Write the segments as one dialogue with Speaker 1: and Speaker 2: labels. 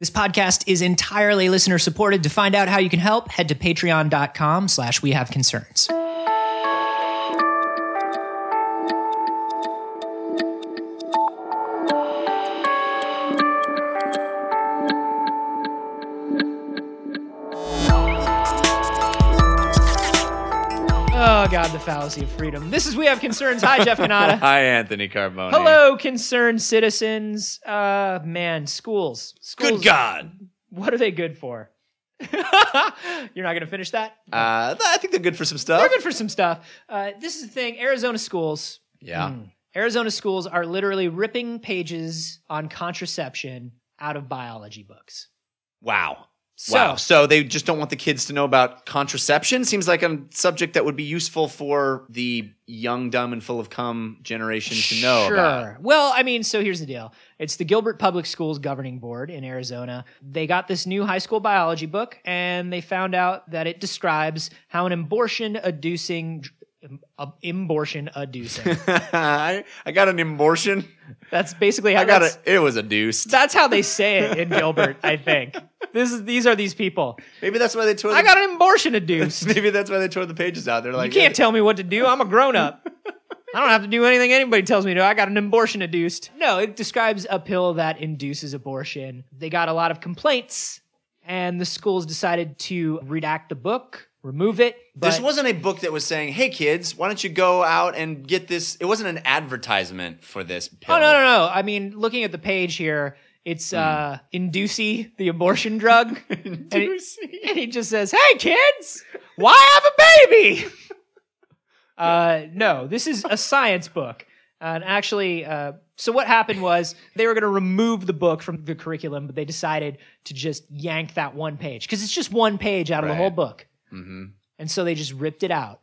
Speaker 1: This podcast is entirely listener supported. To find out how you can help, head to patreon.com slash we have concerns. Oh God, the fallacy of freedom. This is We Have Concerns. Hi, Jeff Canada.
Speaker 2: Hi, Anthony Carbone.
Speaker 1: Hello, concerned citizens. Uh, man, schools. schools.
Speaker 2: Good God.
Speaker 1: What are they good for? You're not going to finish that?
Speaker 2: Uh, th- I think they're good for some stuff.
Speaker 1: They're good for some stuff. Uh, this is the thing Arizona schools.
Speaker 2: Yeah.
Speaker 1: Mm. Arizona schools are literally ripping pages on contraception out of biology books.
Speaker 2: Wow.
Speaker 1: So,
Speaker 2: wow. So they just don't want the kids to know about contraception. Seems like a subject that would be useful for the young, dumb, and full of cum generation to know
Speaker 1: sure.
Speaker 2: about.
Speaker 1: Well, I mean, so here's the deal. It's the Gilbert Public Schools Governing Board in Arizona. They got this new high school biology book, and they found out that it describes how an abortion adducing abortion adducing.
Speaker 2: I, I got an abortion.
Speaker 1: That's basically how
Speaker 2: I got
Speaker 1: that's,
Speaker 2: it. It was a deuce.
Speaker 1: that's how they say it in Gilbert, I think. This is these are these people.
Speaker 2: Maybe that's why they tore.
Speaker 1: I
Speaker 2: the,
Speaker 1: got an abortion adduced.
Speaker 2: Maybe that's why they tore the pages out. They're
Speaker 1: You
Speaker 2: like,
Speaker 1: can't tell me what to do. I'm a grown up. I don't have to do anything anybody tells me to. I got an abortion induced. No, it describes a pill that induces abortion. They got a lot of complaints, and the schools decided to redact the book, remove it. But
Speaker 2: this wasn't a book that was saying, "Hey kids, why don't you go out and get this?" It wasn't an advertisement for this. Pill. Hmm.
Speaker 1: oh no, no, no. I mean, looking at the page here, it's uh Inducey, the abortion drug. and, it- and he just says, "Hey kids, why have a baby?" Uh, no, this is a science book. And actually, uh, so what happened was they were going to remove the book from the curriculum, but they decided to just yank that one page because it's just one page out of the
Speaker 2: Right.
Speaker 1: whole book.
Speaker 2: Mm-hmm.
Speaker 1: And so they just ripped it out.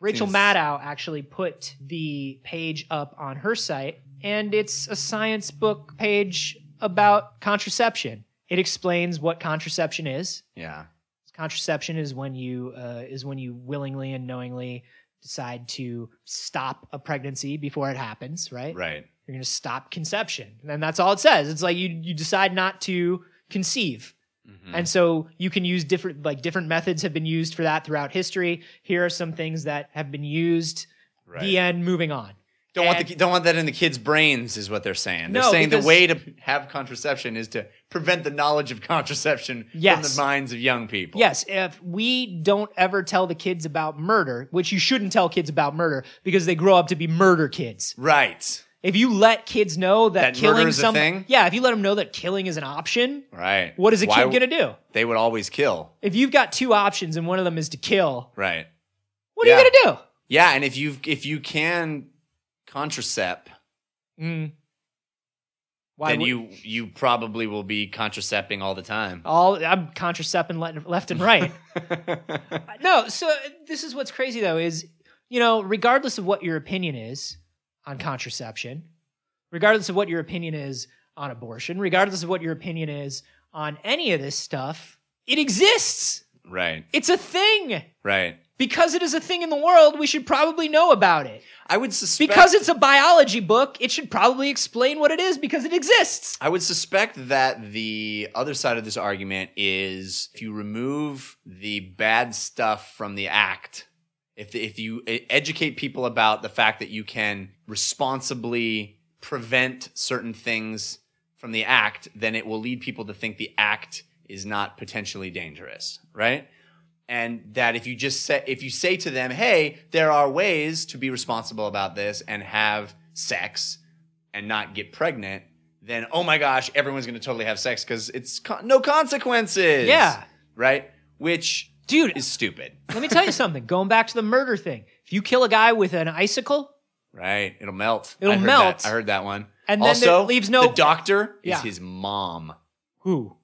Speaker 1: Rachel
Speaker 2: Seems-
Speaker 1: Maddow actually put the page up on her site, and it's a science book page about contraception. It explains what contraception is,
Speaker 2: Yeah.
Speaker 1: contraception is when you uh, is when you willingly and knowingly decide to stop a pregnancy before it happens right,
Speaker 2: Right.
Speaker 1: you're going to stop conception and that's all it says it's like you you decide not to conceive
Speaker 2: Mm-hmm.
Speaker 1: and so you can use different like different methods have been used for that throughout history here are some things that have been used
Speaker 2: right.
Speaker 1: the end moving on
Speaker 2: don't want
Speaker 1: and-
Speaker 2: the, don't want that in the kids' brains is what they're saying. They're
Speaker 1: No,
Speaker 2: saying
Speaker 1: because-
Speaker 2: the way to have contraception is to prevent the knowledge of contraception
Speaker 1: Yes.
Speaker 2: from the minds of young people.
Speaker 1: Yes, if we don't ever tell the kids about murder, which you shouldn't tell kids about murder because they grow up to be murder kids.
Speaker 2: Right.
Speaker 1: If you let kids know that,
Speaker 2: That murder
Speaker 1: killing
Speaker 2: is a
Speaker 1: some,
Speaker 2: thing?
Speaker 1: yeah, if you let them know that killing is an option,
Speaker 2: Right.
Speaker 1: what is a
Speaker 2: Why
Speaker 1: kid gonna do?
Speaker 2: They would always kill.
Speaker 1: If you've got two options and one of them is to kill,
Speaker 2: Right.
Speaker 1: what are
Speaker 2: Yeah.
Speaker 1: you gonna
Speaker 2: Yeah, and if you if you can contracept,
Speaker 1: do? Mm. Why
Speaker 2: then
Speaker 1: would-
Speaker 2: you you probably will be contracepting all the time.
Speaker 1: all I'm contracepting le- left and right. no, so this is what's crazy though is you know regardless of what your opinion is on contraception, regardless of what your opinion is on abortion, regardless of what your opinion is on any of this stuff, it exists.
Speaker 2: Right.
Speaker 1: It's a thing.
Speaker 2: Right.
Speaker 1: Because it is a thing in the world, we should probably know about it.
Speaker 2: I would suspect
Speaker 1: Because it's a biology book, it should probably explain what it is because it exists.
Speaker 2: I would suspect that the other side of this argument is if you remove the bad stuff from the act, if, if you e- educate people about the fact that you can responsibly prevent certain things from the act, then it will lead people to think the act is not potentially dangerous, right? and that if you just say if you say to them hey there are ways to be responsible about this and have sex and not get pregnant then oh my gosh everyone's going to totally have sex because it's con- no consequences
Speaker 1: Yeah.
Speaker 2: right which
Speaker 1: Dude,
Speaker 2: is stupid
Speaker 1: let me tell you something. Going back to the murder thing, if you kill a guy with an icicle,
Speaker 2: right it'll melt
Speaker 1: It'll
Speaker 2: I heard
Speaker 1: melt.
Speaker 2: that. i heard that one
Speaker 1: And then
Speaker 2: also
Speaker 1: there leaves no-
Speaker 2: the doctor is
Speaker 1: Yeah.
Speaker 2: his mom
Speaker 1: who?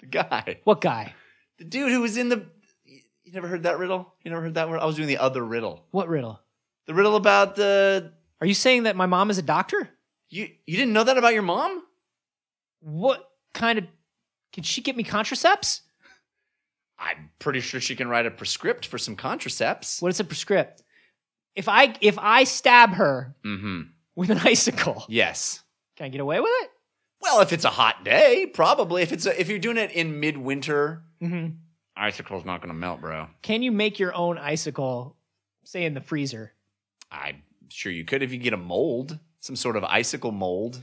Speaker 2: the guy
Speaker 1: What guy?
Speaker 2: the dude who was in the you never heard that riddle you never heard that riddle i was doing the other riddle
Speaker 1: What riddle?
Speaker 2: the riddle about the
Speaker 1: Are you saying that my mom is a doctor?
Speaker 2: You you didn't know that about your mom?
Speaker 1: What kind of can she get me contracepts?
Speaker 2: I'm pretty sure she can write a prescript for some contracepts.
Speaker 1: What is a prescript? If I if I stab her
Speaker 2: Mm-hmm.
Speaker 1: with an icicle,
Speaker 2: Yes.
Speaker 1: can I get away with it?
Speaker 2: Well, if it's a hot day, probably. If it's a, if you're doing it in midwinter,
Speaker 1: hmm
Speaker 2: icicle's not going to melt, bro.
Speaker 1: Can you make your own icicle, say in the freezer?
Speaker 2: I'm sure you could if you get a mold, some sort of icicle mold.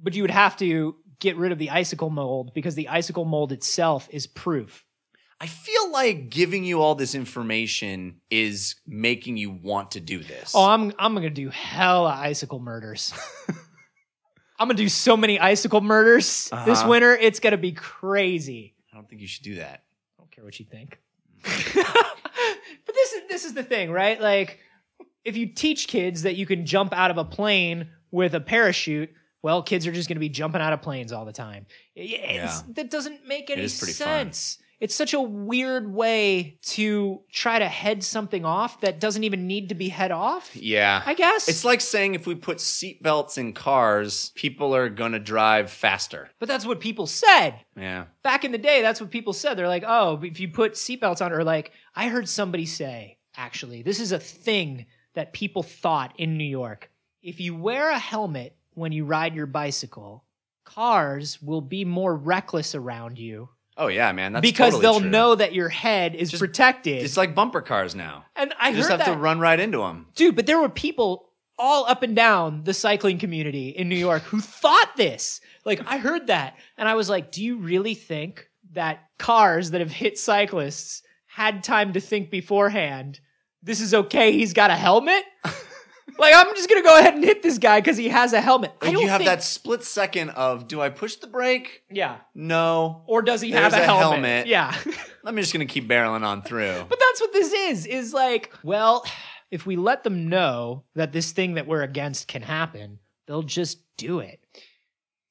Speaker 1: But you would have to get rid of the icicle mold because the icicle mold itself is proof.
Speaker 2: I feel like giving you all this information is making you want to do this.
Speaker 1: Oh, I'm I'm gonna do hella icicle murders. I'm gonna do so many icicle murders this
Speaker 2: Uh-huh.
Speaker 1: winter. It's gonna be crazy.
Speaker 2: I don't think you should do that.
Speaker 1: I don't care what you think. but this is this is the thing, right? Like if you teach kids that you can jump out of a plane with a parachute, well, kids are just going to be jumping out of planes all the time. It- it's- That doesn't make any
Speaker 2: is pretty fun.
Speaker 1: sense. It's such a weird way to try to head something off that doesn't even need to be head off.
Speaker 2: Yeah.
Speaker 1: I guess.
Speaker 2: It's like saying if we put seatbelts in cars, people are going to drive faster.
Speaker 1: but that's what people said.
Speaker 2: Yeah.
Speaker 1: back in the day, that's what people said. They're like, oh, if you put seatbelts on, or like, I heard somebody say, actually, this is a thing that people thought in New York. If you wear a helmet when you ride your bicycle, cars will be more reckless around you
Speaker 2: Oh yeah, man. That's
Speaker 1: because
Speaker 2: totally
Speaker 1: they'll
Speaker 2: true.
Speaker 1: know that your head is
Speaker 2: Just-
Speaker 1: protected.
Speaker 2: It's like bumper cars now.
Speaker 1: and I
Speaker 2: You just
Speaker 1: heard
Speaker 2: have
Speaker 1: that,
Speaker 2: to run right into them.
Speaker 1: dude. But there were people all up and down the cycling community in New York who thought this. Like I heard that, and I was like, "Do you really think that cars that have hit cyclists had time to think beforehand? This is okay. He's got a helmet. like I'm just gonna go ahead and hit this guy because he has a helmet. I
Speaker 2: Like
Speaker 1: don't
Speaker 2: you have
Speaker 1: think-
Speaker 2: that split second of do I push the brake?
Speaker 1: Yeah.
Speaker 2: No.
Speaker 1: Or does he have
Speaker 2: There's
Speaker 1: a,
Speaker 2: a
Speaker 1: helmet?
Speaker 2: helmet.
Speaker 1: Yeah.
Speaker 2: I'm just gonna keep barreling on through.
Speaker 1: But that's what this is. Is like, well, if we let them know that this thing that we're against can happen, they'll just do it.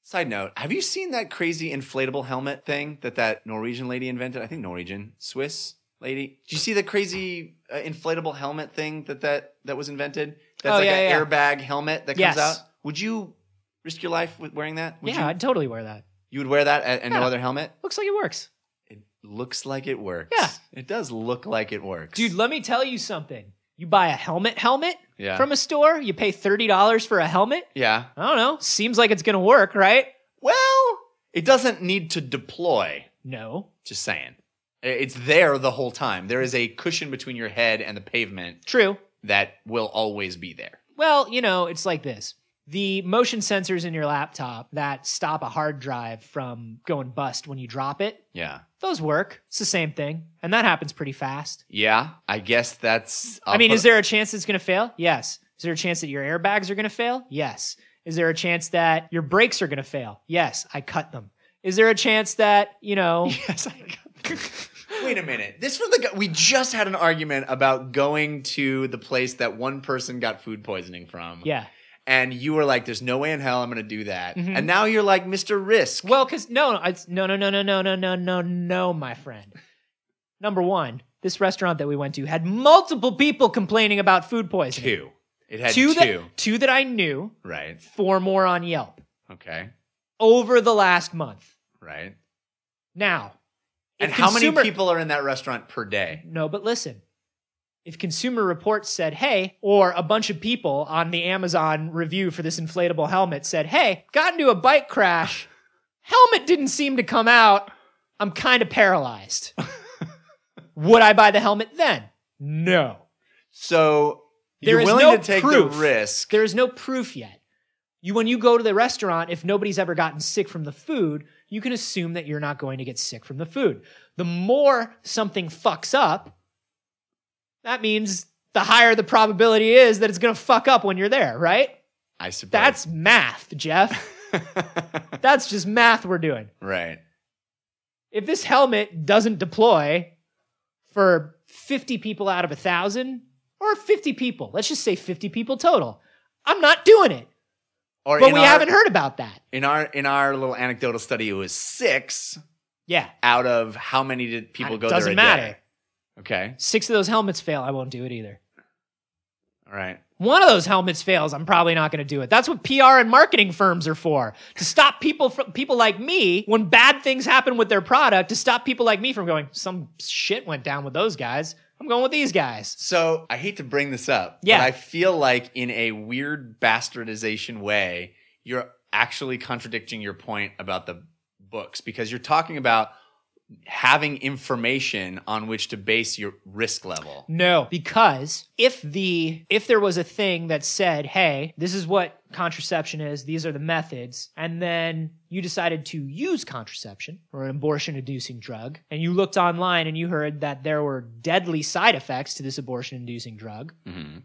Speaker 2: Side note: Have you seen that crazy inflatable helmet thing that that Norwegian lady invented? I think Norwegian, Swiss lady. Did you see the crazy uh, inflatable helmet thing that that that was invented? That's
Speaker 1: Oh,
Speaker 2: like
Speaker 1: yeah,
Speaker 2: an
Speaker 1: yeah.
Speaker 2: airbag helmet that comes
Speaker 1: Yes.
Speaker 2: out. Would you risk your life with wearing that? Would
Speaker 1: yeah,
Speaker 2: You,
Speaker 1: I'd totally wear that.
Speaker 2: you would wear that and, and no
Speaker 1: Yeah.
Speaker 2: other helmet.
Speaker 1: Looks like it works.
Speaker 2: It looks like it works.
Speaker 1: Yeah.
Speaker 2: it does look like it works,
Speaker 1: Dude, let me tell you something. You buy a helmet helmet
Speaker 2: Yeah,
Speaker 1: from a store, you pay $30 for a helmet.
Speaker 2: yeah.
Speaker 1: I don't know. Seems like it's going to work, right?
Speaker 2: Well, it doesn't need to deploy.
Speaker 1: No.
Speaker 2: Just saying, I- it's there the whole time. There is a cushion between your head and the pavement.
Speaker 1: True.
Speaker 2: that will always be there.
Speaker 1: Well, you know, it's like this. The motion sensors in your laptop that stop a hard drive from going bust when you drop it,
Speaker 2: Yeah.
Speaker 1: those work. It's the same thing. And that happens pretty fast.
Speaker 2: Yeah. I guess that's.
Speaker 1: I mean, is there a chance it's going to fail? Yes. Is there a chance that your airbags are going to fail? Yes. Is there a chance that your brakes are going to fail? Yes. I cut them. Is there a chance that, you know,
Speaker 2: Yes, I got Wait a minute. This from the guy. We just had an argument about going to the place that one person got food poisoning from.
Speaker 1: yeah.
Speaker 2: And you were like, there's no way in hell I'm going to do that.
Speaker 1: Mhm.
Speaker 2: And now you're like, Mr. Risk.
Speaker 1: Well, because no, no, it's, no, no, no, no, no, no, no, no, no, my friend. Number one, this restaurant that we went to had multiple people complaining about food poisoning.
Speaker 2: two. It had two.
Speaker 1: two that two that I knew,
Speaker 2: right.
Speaker 1: four more on Yelp
Speaker 2: Okay.
Speaker 1: over the last month.
Speaker 2: Right.
Speaker 1: Now, if
Speaker 2: And how
Speaker 1: consumer-
Speaker 2: many people are in that restaurant per day?
Speaker 1: No, but listen. If Consumer Reports said, hey, or a bunch of people on the Amazon review for this inflatable helmet said, hey, got into a bike crash, helmet didn't seem to come out, I'm kind of paralyzed. Would I buy the helmet then? No.
Speaker 2: So
Speaker 1: There
Speaker 2: you're
Speaker 1: is
Speaker 2: willing
Speaker 1: no
Speaker 2: to take
Speaker 1: proof.
Speaker 2: the risk.
Speaker 1: There is no proof yet. You, when you go to the restaurant, if nobody's ever gotten sick from the food, you can assume that you're not going to get sick from the food. The more something fucks up, that means the higher the probability is that it's going to fuck up when you're there, right?
Speaker 2: I suppose.
Speaker 1: That's math, Jeff. That's just math we're doing.
Speaker 2: right.
Speaker 1: If this helmet doesn't deploy for 50 people out of a thousand, or 50 people, let's just say 50 people total, I'm not doing it.
Speaker 2: Or
Speaker 1: But
Speaker 2: in
Speaker 1: we
Speaker 2: our-
Speaker 1: haven't heard about that.
Speaker 2: in our in our little anecdotal study, it was six
Speaker 1: Yeah.
Speaker 2: out of how many did people
Speaker 1: it
Speaker 2: go
Speaker 1: doesn't
Speaker 2: there? a
Speaker 1: matter.
Speaker 2: day? Okay,
Speaker 1: Six of those helmets fail, I won't do it either.
Speaker 2: all right.
Speaker 1: One of those helmets fails, I'm probably not going to do it. That's what PR and marketing firms are for. To stop people from people like me when bad things happen with their product, to stop people like me from going, some shit went down with those guys. I'm going with these guys.
Speaker 2: So I hate to bring this up,
Speaker 1: Yeah.
Speaker 2: but I feel like in a weird bastardization way, you're actually contradicting your point about the books because you're talking about having information on which to base your risk level.
Speaker 1: No, because if the if there was a thing that said, "Hey, this is what contraception is. These are the methods," and then you decided to use contraception or an abortion-inducing drug, and you looked online and you heard that there were deadly side effects to this abortion-inducing drug,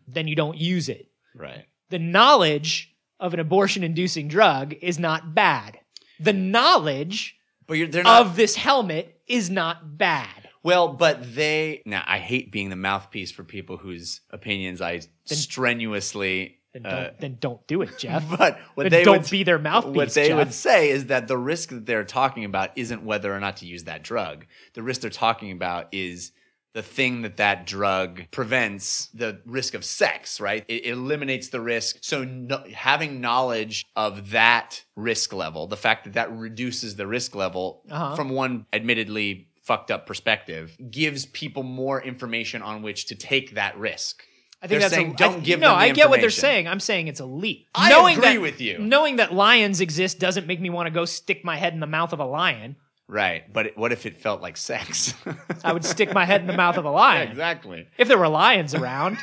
Speaker 1: then you don't use it.
Speaker 2: Right.
Speaker 1: The knowledge of an abortion-inducing drug is not bad. The knowledge
Speaker 2: But you're, they're not
Speaker 1: of this helmet is not bad.
Speaker 2: Well, but they now I hate being the mouthpiece for people whose opinions I strenuously.
Speaker 1: Then don't,
Speaker 2: Uh,
Speaker 1: then don't do it, Jeff.
Speaker 2: but what
Speaker 1: But
Speaker 2: they
Speaker 1: don't
Speaker 2: would,
Speaker 1: be their mouthpiece.
Speaker 2: what they
Speaker 1: Jeff.
Speaker 2: would say is that the risk that they're talking about isn't whether or not to use that drug. The risk they're talking about is the thing that that drug prevents the risk of sex. Right? It eliminates the risk. So no, having knowledge of that risk level, the fact that that reduces the risk level
Speaker 1: Uh-huh.
Speaker 2: from one admittedly fucked up perspective gives people more information on which to take that risk.
Speaker 1: I
Speaker 2: They're
Speaker 1: think that's
Speaker 2: saying
Speaker 1: a,
Speaker 2: don't
Speaker 1: I, th-
Speaker 2: give
Speaker 1: No,
Speaker 2: them the
Speaker 1: I get what they're
Speaker 2: information.
Speaker 1: saying. I'm saying it's a leap.
Speaker 2: I agree
Speaker 1: that,
Speaker 2: with you.
Speaker 1: Knowing that lions exist doesn't make me want to go stick my head in the mouth of a lion.
Speaker 2: Right. But it- what if it felt like sex?
Speaker 1: I would stick my head in the mouth of a
Speaker 2: Yeah,
Speaker 1: lion
Speaker 2: exactly.
Speaker 1: if there were lions around.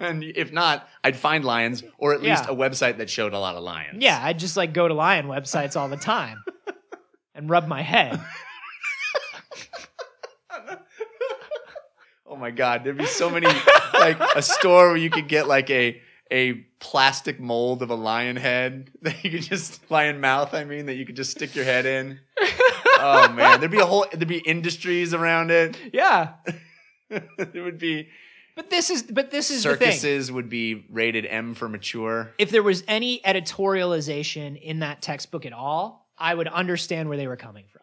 Speaker 2: and if not, I'd find lions or at least
Speaker 1: Yeah.
Speaker 2: a website that showed a lot of lions.
Speaker 1: yeah, I'd just like go to lion websites all the time and rub my head.
Speaker 2: Oh my god, there'd be so many like a store where you could get like a a plastic mold of a lion head that you could just lion mouth, I mean, that you could just stick your head in. oh man, there'd be a whole there'd be industries around it.
Speaker 1: Yeah,
Speaker 2: there would be
Speaker 1: but this is but this is the thing.
Speaker 2: circuses would be rated M for mature.
Speaker 1: If there was any editorialization in that textbook at all, I would understand where they were coming from.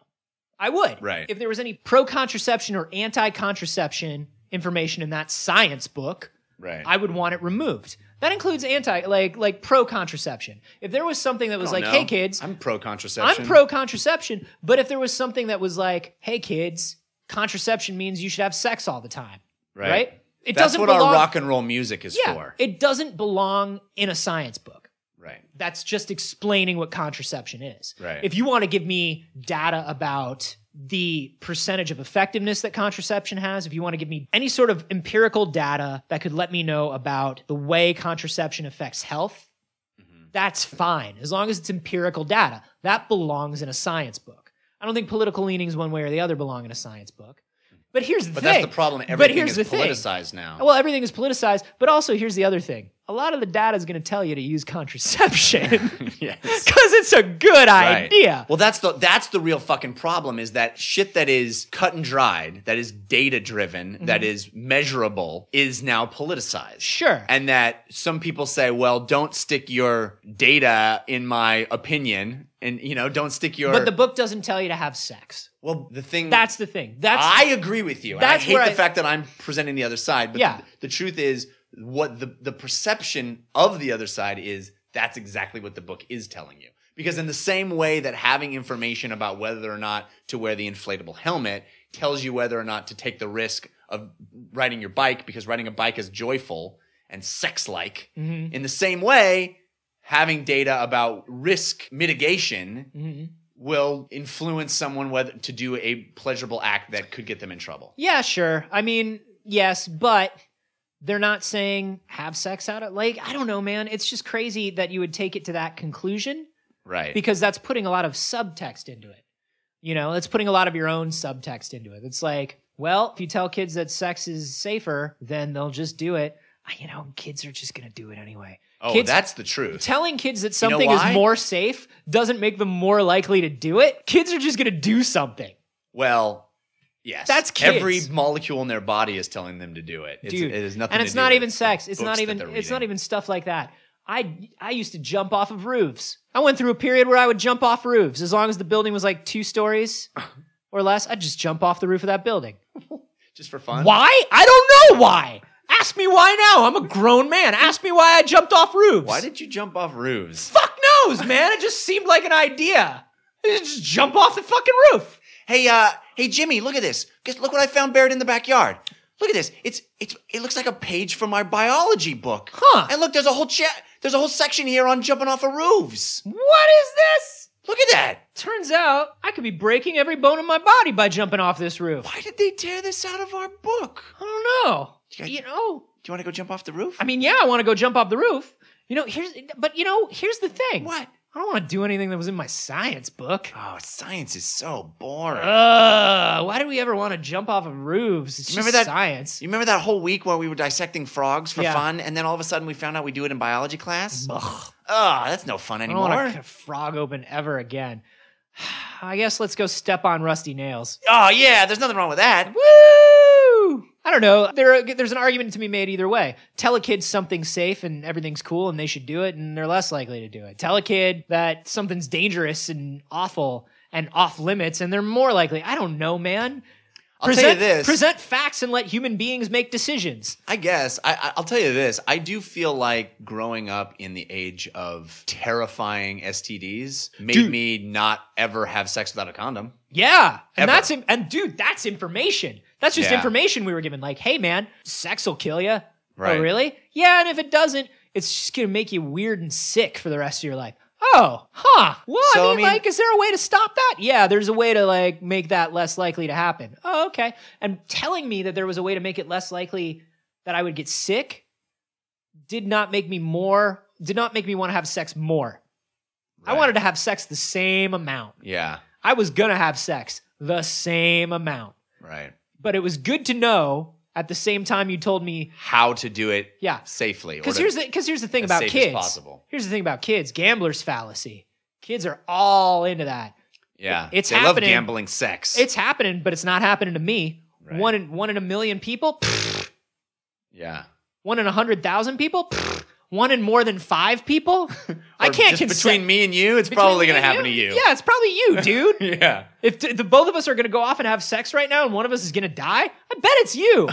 Speaker 1: I would.
Speaker 2: Right.
Speaker 1: If there was any pro contraception or anti contraception information in that science book,
Speaker 2: Right.
Speaker 1: I would want it removed. That includes anti like like pro contraception. If there was something that was like,
Speaker 2: don't know.
Speaker 1: "Hey kids,
Speaker 2: Oh, I'm pro contraception.
Speaker 1: I'm pro contraception," but if there was something that was like, "Hey kids, contraception means you should have sex all the time." Right? It
Speaker 2: That's
Speaker 1: doesn't
Speaker 2: what
Speaker 1: belong
Speaker 2: our rock and roll music is
Speaker 1: Yeah,
Speaker 2: for.
Speaker 1: It doesn't belong in a science book.
Speaker 2: right.
Speaker 1: That's just explaining what contraception is.
Speaker 2: Right.
Speaker 1: If you want to give me data about the percentage of effectiveness that contraception has, if you want to give me any sort of empirical data that could let me know about the way contraception affects health,
Speaker 2: Mm-hmm.
Speaker 1: that's fine, as long as it's empirical data. That belongs in a science book. I don't think political leanings, one way or the other, belong in a science book. But here's the
Speaker 2: But
Speaker 1: thing.
Speaker 2: that's the problem. Everything
Speaker 1: here's
Speaker 2: is
Speaker 1: the thing.
Speaker 2: politicized now.
Speaker 1: Well, everything is politicized, but also here's the other thing. A lot of the data is going to tell you to use contraception because
Speaker 2: yes.
Speaker 1: it's a good
Speaker 2: Right.
Speaker 1: idea.
Speaker 2: Well, that's the that's the real fucking problem is that shit that is cut and dried, that is data driven, is measurable, is now politicized.
Speaker 1: Mm-hmm. Sure.
Speaker 2: And that some people say, well, don't stick your data in my opinion, and you know, don't stick your.
Speaker 1: but the book doesn't tell you to have sex.
Speaker 2: well, the thing
Speaker 1: That's the thing. That's
Speaker 2: I agree with you. and
Speaker 1: That's
Speaker 2: I hate
Speaker 1: where
Speaker 2: the
Speaker 1: I-
Speaker 2: fact that I'm presenting the other side, but
Speaker 1: Yeah.
Speaker 2: the, the truth is what the, the perception of the other side is that's exactly what the book is telling you. Because in the same way that having information about whether or not to wear the inflatable helmet tells you whether or not to take the risk of riding your bike because riding a bike is joyful and sex like,
Speaker 1: Mm-hmm.
Speaker 2: in the same way, having data about risk mitigation
Speaker 1: Mhm.
Speaker 2: will influence someone whether to do a pleasurable act that could get them in trouble.
Speaker 1: Yeah, sure. I mean, yes, but they're not saying have sex out of like I don't know, man. It's just crazy that you would take it to that conclusion
Speaker 2: Right.
Speaker 1: because that's putting a lot of subtext into it. You know, that's putting a lot of your own subtext into it. It's like, well, if you tell kids that sex is safer, then they'll just do it. I- You know, kids are just going to do it anyway.
Speaker 2: oh,
Speaker 1: kids-
Speaker 2: that's the truth.
Speaker 1: Telling kids that
Speaker 2: You know
Speaker 1: something
Speaker 2: why?
Speaker 1: is more safe doesn't make them more likely to do it. Kids are just going to do something.
Speaker 2: Well, yes.
Speaker 1: That's kids.
Speaker 2: every molecule in their body is telling them to do it. It's,
Speaker 1: Dude.
Speaker 2: it has nothing
Speaker 1: and
Speaker 2: to
Speaker 1: it's
Speaker 2: do
Speaker 1: not
Speaker 2: with
Speaker 1: even
Speaker 2: the
Speaker 1: sex. It's
Speaker 2: books
Speaker 1: not
Speaker 2: that
Speaker 1: even
Speaker 2: they're
Speaker 1: it's not
Speaker 2: reading.
Speaker 1: even stuff like that. I I used to jump off of roofs. I went through a period where I would jump off roofs as long as the building was like two stories or less. I'd just jump off the roof of that building.
Speaker 2: just for fun.
Speaker 1: Why? I don't know why. Ask me why now. I'm a grown man. Ask me why I jumped off roofs.
Speaker 2: Why did you jump off roofs?
Speaker 1: fuck knows, man? It just seemed like an idea. You Just jump off the fucking roof.
Speaker 2: Hey, uh, hey, Jimmy, look at this. Guess, look what I found buried in the backyard. Look at this. It's it's it looks like a page from my biology book.
Speaker 1: Huh.
Speaker 2: And look, there's a whole chat. There's a whole section here on jumping off of roofs.
Speaker 1: What is this?
Speaker 2: Look at that.
Speaker 1: Turns out I could be breaking every bone in my body by jumping off this roof.
Speaker 2: Why did they tear this out of our book?
Speaker 1: I don't know.
Speaker 2: You guys-
Speaker 1: You know,
Speaker 2: Do you want to go jump off the roof?
Speaker 1: I mean, yeah, I want to go jump off the roof. You know, here's but you know, here's the thing.
Speaker 2: what?
Speaker 1: I don't want to do anything that was in my science book.
Speaker 2: Oh, science is so boring.
Speaker 1: Uh, Ugh, why do we ever want to jump off of roofs? It's
Speaker 2: Remember
Speaker 1: just
Speaker 2: that-
Speaker 1: science.
Speaker 2: you remember that whole week where we were dissecting frogs for
Speaker 1: Yeah.
Speaker 2: fun, and then all of a sudden we found out we do it in biology class?
Speaker 1: Ugh,
Speaker 2: Oh, that's no fun
Speaker 1: I
Speaker 2: anymore.
Speaker 1: don't want to frog open ever again. I guess let's go step on rusty nails.
Speaker 2: Oh yeah, there's nothing wrong with that.
Speaker 1: Woo! I don't know. There, are, there's an argument to be made either way. Tell a kid something's safe and everything's cool, and they should do it, and they're less likely to do it. Tell a kid that something's dangerous and awful and off limits, and they're more likely. I don't know, man.
Speaker 2: I'll
Speaker 1: present,
Speaker 2: tell you this.
Speaker 1: Present facts and let human beings make decisions.
Speaker 2: I guess I- I, I'll tell you this. I do feel like growing up in the age of terrifying STDs made
Speaker 1: Dude. Oh,
Speaker 2: me not ever have sex without a condom.
Speaker 1: Yeah, and
Speaker 2: Ever.
Speaker 1: that's im- and dude, that's information. That's just
Speaker 2: Yeah.
Speaker 1: information we were given. Like, hey, man, sex will kill you.
Speaker 2: Right.
Speaker 1: Oh, really? Yeah, and if it doesn't, it's just gonna make you weird and sick for the rest of your life. Oh, huh. Well, I,
Speaker 2: So, I
Speaker 1: mean,
Speaker 2: mean-
Speaker 1: like, is there a way to stop that? Yeah, there's a way to like make that less likely to happen. Oh, okay. And telling me that there was a way to make it less likely that I would get sick did not make me more. Did not make me want to have sex more. I
Speaker 2: Right.
Speaker 1: wanted to have sex the same amount.
Speaker 2: Yeah.
Speaker 1: I was gonna have sex the same amount.
Speaker 2: Right.
Speaker 1: But it was good to know at the same time you told me,
Speaker 2: How to do it
Speaker 1: yeah.
Speaker 2: safely? or
Speaker 1: Because
Speaker 2: to-
Speaker 1: here's the because here's the thing
Speaker 2: as
Speaker 1: about
Speaker 2: safe as
Speaker 1: kids.
Speaker 2: possible.
Speaker 1: Here's the thing about kids, gambler's fallacy. Kids are all into that.
Speaker 2: yeah,
Speaker 1: it's
Speaker 2: they
Speaker 1: happening.
Speaker 2: love gambling sex.
Speaker 1: It's happening, but it's not happening to me.
Speaker 2: Right.
Speaker 1: One in one in a million people, pfft.
Speaker 2: yeah.
Speaker 1: one in a hundred thousand people, pfft. one in more than five people. I
Speaker 2: Or
Speaker 1: can't
Speaker 2: just
Speaker 1: consent-
Speaker 2: between me and you. It's
Speaker 1: between
Speaker 2: probably
Speaker 1: me
Speaker 2: going to
Speaker 1: and
Speaker 2: happen to you.
Speaker 1: Yeah, it's probably you, dude.
Speaker 2: Yeah.
Speaker 1: If t- the both of us are going to go off and have sex right now, and one of us is going to die, I bet it's you.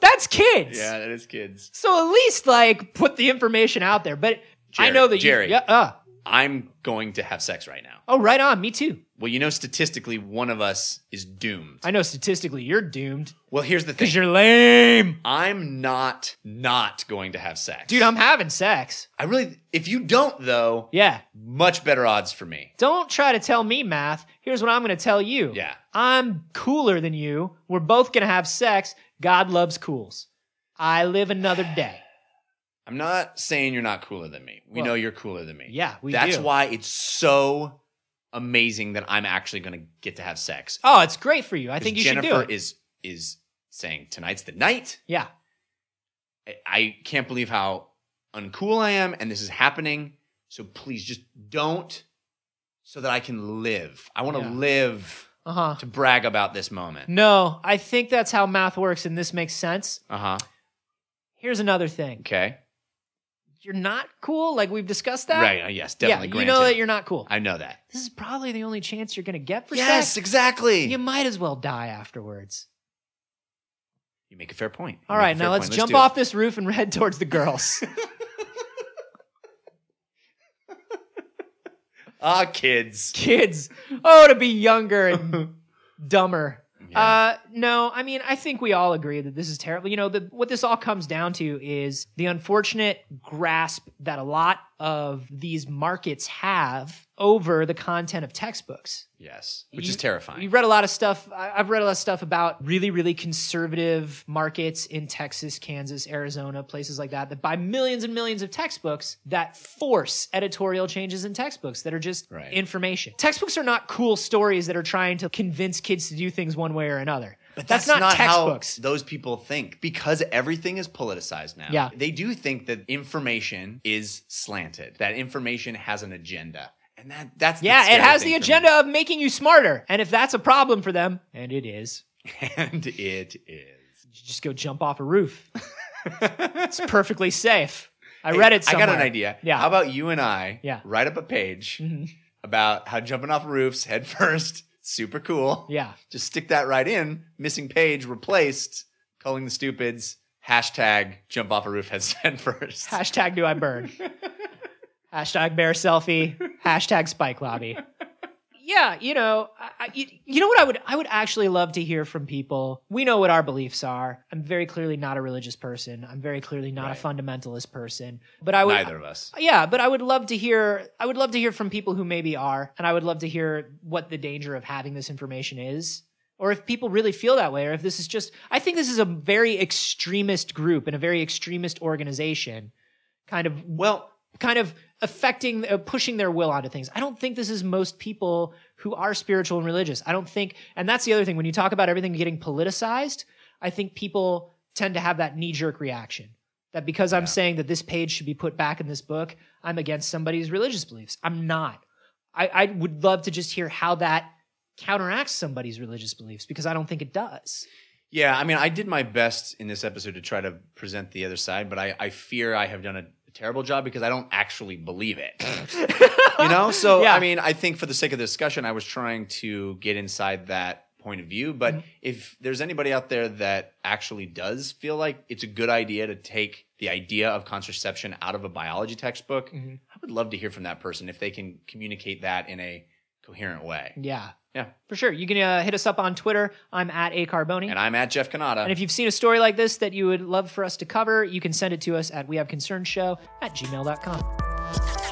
Speaker 1: That's kids.
Speaker 2: Yeah. That is kids.
Speaker 1: So at least like put the information out there. But I
Speaker 2: Jerry-
Speaker 1: know that
Speaker 2: Jerry.
Speaker 1: You, yeah. Uh,
Speaker 2: I'm going to have sex right now.
Speaker 1: oh, right on. Me too.
Speaker 2: Well, you know, statistically, one of us is doomed.
Speaker 1: I know statistically you're doomed
Speaker 2: well, here's the thing.
Speaker 1: because you're lame,
Speaker 2: I'm not not going to have sex.
Speaker 1: dude. I'm having sex.
Speaker 2: I really if you don't though,
Speaker 1: Yeah.
Speaker 2: much better odds for me.
Speaker 1: Don't try to tell me math. Here's what I'm going to tell you.
Speaker 2: Yeah.
Speaker 1: I'm cooler than you. We're both going to have sex. God loves cools. I live another day.
Speaker 2: I'm not saying you're not cooler than me. We
Speaker 1: Well,
Speaker 2: know you're cooler than me.
Speaker 1: Yeah, we
Speaker 2: That's
Speaker 1: do.
Speaker 2: why it's so amazing that I'm actually going to get to have sex.
Speaker 1: Oh, it's great for you. I
Speaker 2: 'Cause
Speaker 1: think you
Speaker 2: Jennifer
Speaker 1: should do it.
Speaker 2: is is saying tonight's the night.
Speaker 1: yeah.
Speaker 2: I, I can't believe how uncool I am and this is happening. So please just don't so that I can live. I want to
Speaker 1: Yeah.
Speaker 2: live
Speaker 1: Uh huh.
Speaker 2: to brag about this moment.
Speaker 1: No, I think that's how math works, and this makes sense.
Speaker 2: Uh-huh.
Speaker 1: Here's another thing.
Speaker 2: Okay.
Speaker 1: You're not cool, like we've discussed that.
Speaker 2: Right. uh, Yes. Definitely.
Speaker 1: yeah, you know
Speaker 2: granted.
Speaker 1: that you're not cool.
Speaker 2: I know that.
Speaker 1: this is probably the only chance you're gonna get for
Speaker 2: yes,
Speaker 1: sex.
Speaker 2: exactly.
Speaker 1: You
Speaker 2: You,
Speaker 1: might as well die afterwards.
Speaker 2: make a fair point. You
Speaker 1: All
Speaker 2: make a
Speaker 1: right,
Speaker 2: fair
Speaker 1: now let's
Speaker 2: point.
Speaker 1: jump
Speaker 2: do it.
Speaker 1: off this roof and head towards the girls.
Speaker 2: Ah, kids.
Speaker 1: Kids, oh, to be younger and dumber. Uh, no, I mean, I think we all agree that this is terrible. You know, the, what this all comes down to is the unfortunate grasp that a lot of these markets have over the content of textbooks.
Speaker 2: yes, which is
Speaker 1: you-
Speaker 2: terrifying.
Speaker 1: You read a lot of stuff. I- I've read a lot of stuff about really, really conservative markets in Texas, Kansas, Arizona, places like that, that buy millions and millions of textbooks that force editorial changes in textbooks that are just
Speaker 2: Right.
Speaker 1: information. Textbooks are not cool stories that are trying to convince kids to do things one way or another.
Speaker 2: but
Speaker 1: that's not textbooks.
Speaker 2: how those people think because everything is politicized now.
Speaker 1: Yeah.
Speaker 2: They do think that information is slanted, that information has an agenda. And that that's the
Speaker 1: Yeah, it
Speaker 2: scary
Speaker 1: has
Speaker 2: thing
Speaker 1: the
Speaker 2: for me.
Speaker 1: agenda of making you smarter. And if that's a problem for them, and it is,
Speaker 2: And it is.
Speaker 1: you just go jump off a roof. it's perfectly safe. I read it somewhere.
Speaker 2: I got an idea.
Speaker 1: Yeah.
Speaker 2: How about you and I
Speaker 1: Yeah.
Speaker 2: write up a page
Speaker 1: Mhm.
Speaker 2: about how jumping off roofs head first, super cool.
Speaker 1: Yeah.
Speaker 2: Just stick that right in. Missing page replaced. Calling the stupids. Hashtag jump off a roof head head first.
Speaker 1: Hashtag do I burn. Hashtag bear selfie. Hashtag spike lobby. yeah, you know, I, I- you, you know what I would I would actually love to hear from people. We know what our beliefs are. I'm very clearly not a religious person. I'm very clearly not a fundamentalist person. But I would
Speaker 2: Neither of us.
Speaker 1: yeah, but I would love to hear I would love to hear from people who maybe are, and I would love to hear what the danger of having this information is. Or if people really feel that way, or if this is just I think this is a very extremist group and a very extremist organization kind of
Speaker 2: Well,
Speaker 1: kind of affecting uh, pushing their will onto things. I don't think this is most people who are spiritual and religious. I don't think and that's the other thing when you talk about everything getting politicized, I think people tend to have that knee jerk reaction. That because I'm
Speaker 2: Yeah.
Speaker 1: saying that this page should be put back in this book, I'm against somebody's religious beliefs. I'm not. I, I would love to just hear how that counteracts somebody's religious beliefs because I don't think it does.
Speaker 2: Yeah, I mean, I did my best in this episode to try to present the other side, but I, I fear I have done a terrible job because I don't actually believe it. you know? So,
Speaker 1: Yeah.
Speaker 2: I mean, I think for the sake of the discussion, I was trying to get inside that point of view. But if there's anybody out there that actually does feel like it's a good idea to take the idea of contraception out of a biology textbook,
Speaker 1: Mhm.
Speaker 2: I would love to hear from that person if they can communicate that in a coherent way.
Speaker 1: Yeah.
Speaker 2: Yeah.
Speaker 1: For sure. You can uh, hit us up on Twitter. I'm at A Carboni.
Speaker 2: And I'm at Jeff Kanata.
Speaker 1: And if you've seen a story like this that you would love for us to cover, you can send it to us at wehaveconcernshow at gmail.com.